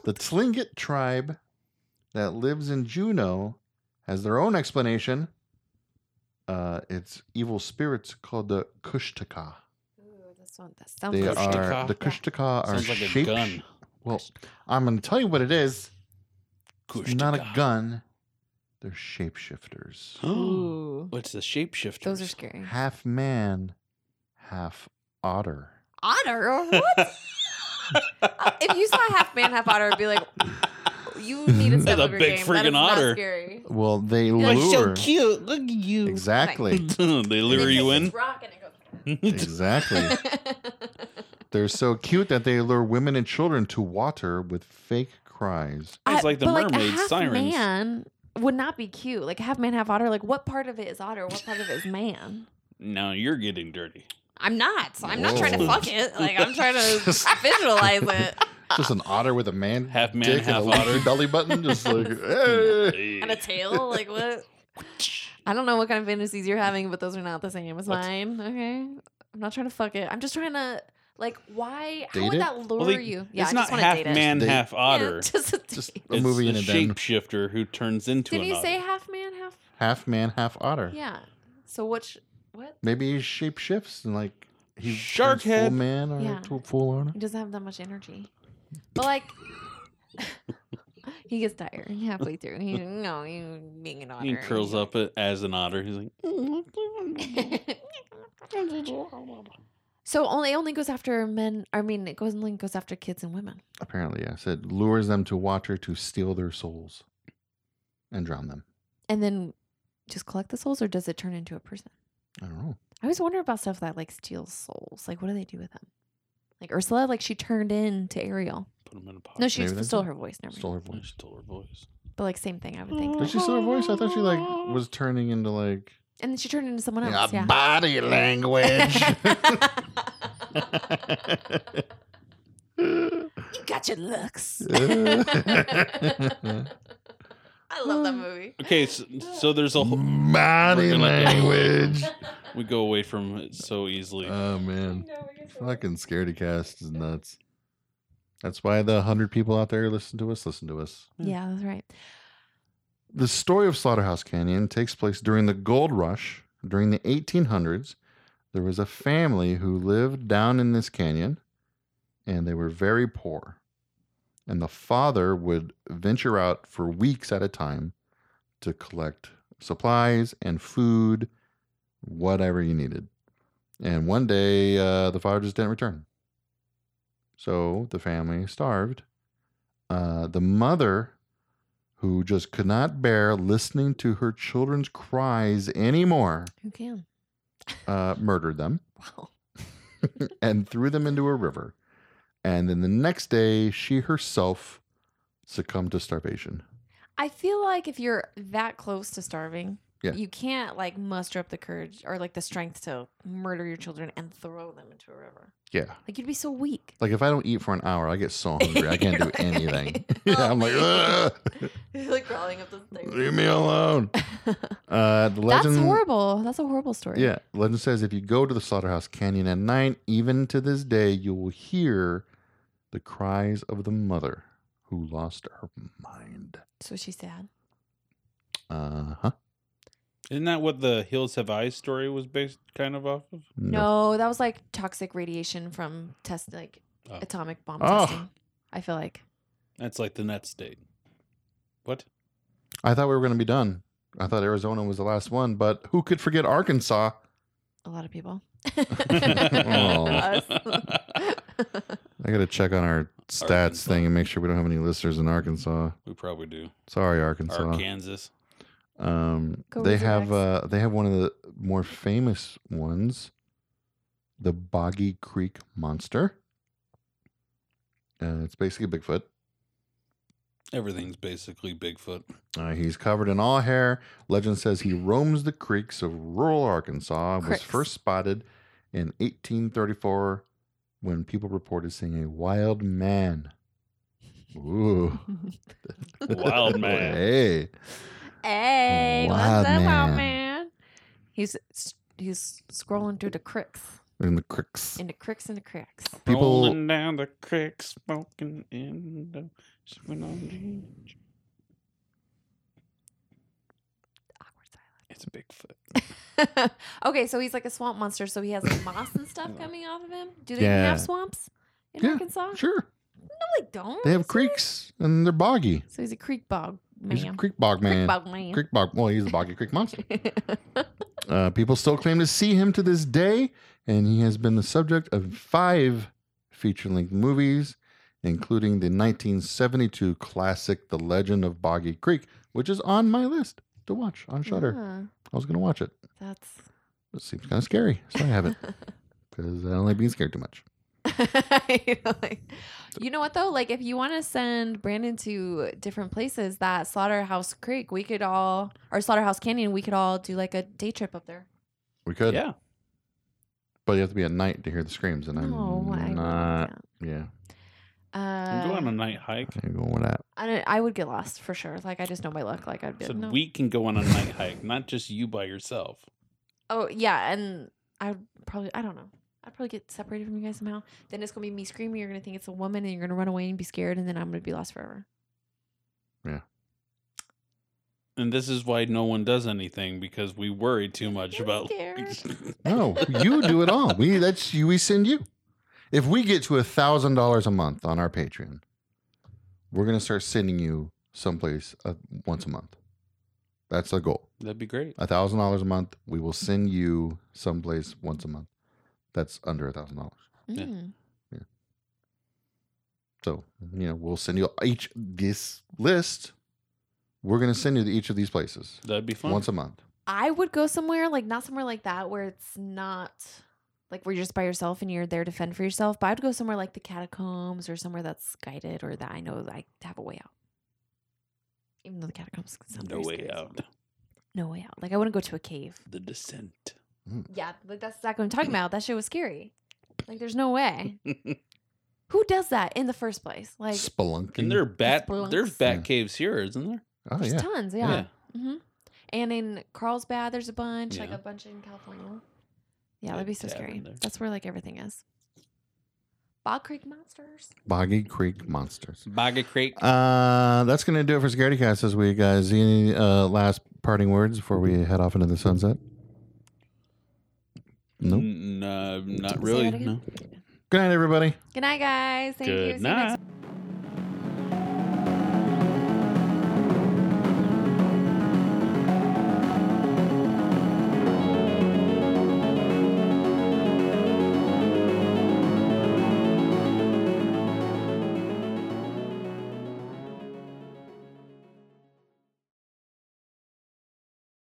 B: the Tlingit tribe that lives in Juneau has their own explanation. Uh, it's evil spirits called the Kushtaka.
D: Ooh, that's one. That sounds.
B: They
D: good.
B: are
C: Kushtaka?
B: the Kushtaka are
C: Sounds like
B: shape-
C: a gun.
B: Well, I'm going to tell you what it is. It's
C: Kush
B: not a
C: to
B: gun. They're shapeshifters.
C: God.
D: Ooh.
C: What's the shapeshifter?
D: Those are scary.
B: half man, half otter.
D: Otter? What? if you saw half man, half otter, I'd be like, you need to
B: That's
D: step
C: a
D: up your
C: big
D: game. That
C: friggin'
D: is not
C: otter.
D: scary.
B: Well, they
C: You're so
B: lure.
C: cute. Look at you.
B: Exactly.
C: they
D: And
C: lure
D: it
C: you
D: takes
C: in.
D: its rock and it
B: exactly.
D: goes-
B: They're so cute that they lure women and children to water with fake cries.
C: It's like the
D: but a
C: mermaid
D: half
C: sirens.
D: Man would not be cute. Like half man, half otter. Like what part of it is otter? What part of it is man?
C: now you're getting dirty.
D: I'm not. I'm not
B: Whoa.
D: trying to fuck it. Like I'm trying to I visualize it.
B: just an otter with a man,
C: Half man,
B: dick
C: half
B: and a leaky
C: otter.
B: belly button, just like hey.
D: and a tail. Like what? I don't know what kind of fantasies you're having, but those are not the same as
C: What's-
D: mine. Okay, I'm not trying to fuck it. I'm just trying to like, why? How
B: Date
D: would
B: it?
D: that lure
C: Well, they-
D: you? Yeah,
C: it's
D: I
C: not
D: just want
C: half
D: to date it.
C: man,
B: Date.
C: half
D: Yeah,
C: otter.
D: just a date.
B: just a
C: it's
B: movie
C: a
B: in a den.
C: shapeshifter who turns into
D: Didn't
C: an
D: you
C: otter.
D: say half man, half?
B: Half man, half otter.
D: Yeah. So which? What?
B: Maybe he shape shifts and like he
C: Shark
B: turns full
C: head.
B: man or
D: Yeah.
B: to full otter.
D: He doesn't have that much energy. But like he gets tired halfway through. He no, you being an otter.
C: he curls up a- as an otter. He's like, "Mm,
D: so only it only goes after men I mean it goes only goes after kids and women.
B: Apparently, yeah. Said lures them to water to steal their souls and drown them.
D: And then just collect the souls or does it turn into a person?
B: I don't know.
D: I always wonder about stuff that like steals souls. Like what do they do with them? Like Ursula, like she turned in to Ariel.
C: put him in a pocket.
D: No, she
B: Oh, Maybe that's
D: stole
B: it.
D: her voice. Never
B: Stole her
C: I
B: voice.
C: stole her voice.
D: But like same thing, I would think.
B: Did she steal her voice? I thought she like was turning into like
D: And then she turned into someone
B: Yeah,
D: else. Yeah.
B: body language.
D: You got your looks.
B: Body
D: I love that movie.
C: Okay, so, so there's a whole,
B: language.
C: we go away from it so easily.
B: Oh man, fucking scaredy cast is nuts. That's why the hundred people out there listen to us. Listen to us.
D: Yeah, that's right.
B: The story of Slaughterhouse Canyon takes place during the gold rush. During the 1800s, there was a family who lived down in this canyon and they were very poor. And the father would venture out for weeks at a time to collect supplies and food, whatever you needed. And one day, uh, the father just didn't return. So the family starved. Uh, the mother who just could not bear listening to her children's cries anymore,
D: Who can?
B: uh, murdered them
D: Wow.
B: and threw them into a river. And then the next day, she herself succumbed to starvation.
D: I feel like if you're that close to starving,
B: Yeah.
D: you can't like muster up the courage or like the strength to murder your children and throw them into a river.
B: Yeah.
D: Like you'd be so weak.
B: Like if I don't eat for an hour, I get so hungry. I can't do
D: You're like-
B: anything. yeah, I'm like,
D: Help
B: "Ugh,
D: like crawling up the
B: leave me alone. Uh, the legend.
D: That's horrible. That's a horrible story.
B: Yeah, legend says if you go to the slaughterhouse canyon at night, even to this day, you will hear the cries of the mother who lost her mind.
D: So she's sad.
B: Uh huh.
C: Isn't that what the Hills Have Eyes story was based kind of off of?
D: No, that was like toxic radiation from test, like
C: Oh.
D: atomic bomb
B: Oh.
D: testing. I feel like.
C: That's like the net state. What?
B: I thought we were going to be done. I thought Arizona was the last one, but who could forget Arkansas?
D: A lot of people. Oh.
B: Us. I got to check on our stats
C: Arkansas.
B: thing and make sure we don't have any listeners in Arkansas.
C: we probably do.
B: Sorry,
C: Or
B: Arkansas.
C: Kansas.
B: Um,
D: Go
B: they have
D: Razorbacks.
B: uh, they have one of the more famous ones, the Boggy Creek Monster. Uh, it's basically Bigfoot.
C: Everything's basically Bigfoot.
B: Uh, he's covered in all hair. Legend says he roams the creeks of rural Arkansas and was
D: Cricks.
B: first spotted in 1834 when people reported seeing a wild man. Ooh.
C: Wild man.
B: hey.
D: hey,
B: Wild
D: what's up, wild
B: man.
D: man? He's he's scrolling through the cricks,
B: In the cricks.
D: in the cricks, in the cracks.
B: People-
C: Rolling down the creek, smoking in the. swimming on the-
D: Awkward
C: It's Bigfoot.
D: silence. okay, so he's like a swamp monster. So he has like moss and stuff coming off of him. Do they even
B: Yeah.
D: have swamps in
B: Yeah,
D: Arkansas?
B: Sure.
D: No, they don't.
B: They have
D: Sorry.
B: creeks and they're boggy.
D: So he's a creek bog man.
B: He's a creek bog man.
D: Creek bog man.
B: Creek bog. Well, he's a boggy creek monster. Uh, people still claim to see him to this day, and he has been the subject of five feature length movies, including the 1972 classic The Legend of Boggy Creek, which is on my list to watch on Shudder.
D: Yeah,
B: I was going to watch it.
D: that's
B: It seems kind of scary, so I haven't because I don't like being scared too much.
D: you, know, like- you know what though? Like if you want to send Brandon to different places, that Slaughterhouse Creek, we could all or Slaughterhouse Canyon, we could all do like a day trip up there.
B: We could,
C: Yeah.
B: but you have to be at night to hear the screams, and I'm
D: no, Oh, I wouldn't do
B: not.
D: that.
B: Yeah,
C: Can we go on a
D: Uh,
C: night hike.
B: I'm going with that.
D: I, don't, I would get lost for sure. Like I just know my luck. Like I'd be
C: So
D: like, no.
C: we can go on a night hike, not just you by yourself.
D: Oh yeah, and I would probably I don't know. I'd probably get separated from you guys somehow. Then it's gonna be me screaming. You're gonna think it's a woman, and you're gonna run away and be scared, and then I'm gonna be lost forever.
C: And this is why no one does anything because we worry too much
D: You're
C: about.
D: scared.
B: No, you do it all. We that's you. We send you. If we get to a thousand dollars a month on our Patreon, we're gonna start sending you someplace uh, once a month. That's the goal.
C: That'd be great.
B: A thousand dollars a month. We will send you someplace once a month. That's under a thousand dollars.
C: Yeah.
D: Mm.
B: So you know we'll send you each this list. We're gonna send you to each of these places
C: That'd be fun.
B: once a month.
D: I would go somewhere like not somewhere like that where it's not like where you're just by yourself and you're there to fend for yourself. But I'd go somewhere like the catacombs or somewhere that's guided or that I know I have a way out. Even though the catacombs sound
C: no
D: very
C: way
D: scary.
C: out.
D: No way out. Like I wouldn't go to a cave.
C: The descent.
D: Yeah, like that's exactly what I'm talking about. That shit was scary. Like, there's no way. Who does that in the first place? Like,
B: Spelunking.
C: And there are bat.
D: Spelunks.
C: There's bat
B: Yeah.
C: caves here, isn't there?
B: oh
D: there's
B: yeah.
D: tons. Yeah. hmm And in Carlsbad, there's a bunch. Like
C: Yeah.
D: a bunch in California.
C: Yeah,
D: Yeah, that'd be so
C: tavern
D: scary.
C: there.
D: That's where like everything is. Bog Creek monsters.
B: Boggy Creek monsters.
C: Baga Creek.
B: Uh, that's gonna do it for Scaredy Cast this week, guys. Any uh, last parting words before we head off into the sunset? Nope.
C: N- no,
D: Say
C: not
D: that
C: really.
D: again.
C: No.
B: Good night, everybody.
D: Good night, guys. Thank you.
C: Good
D: See you next
C: night.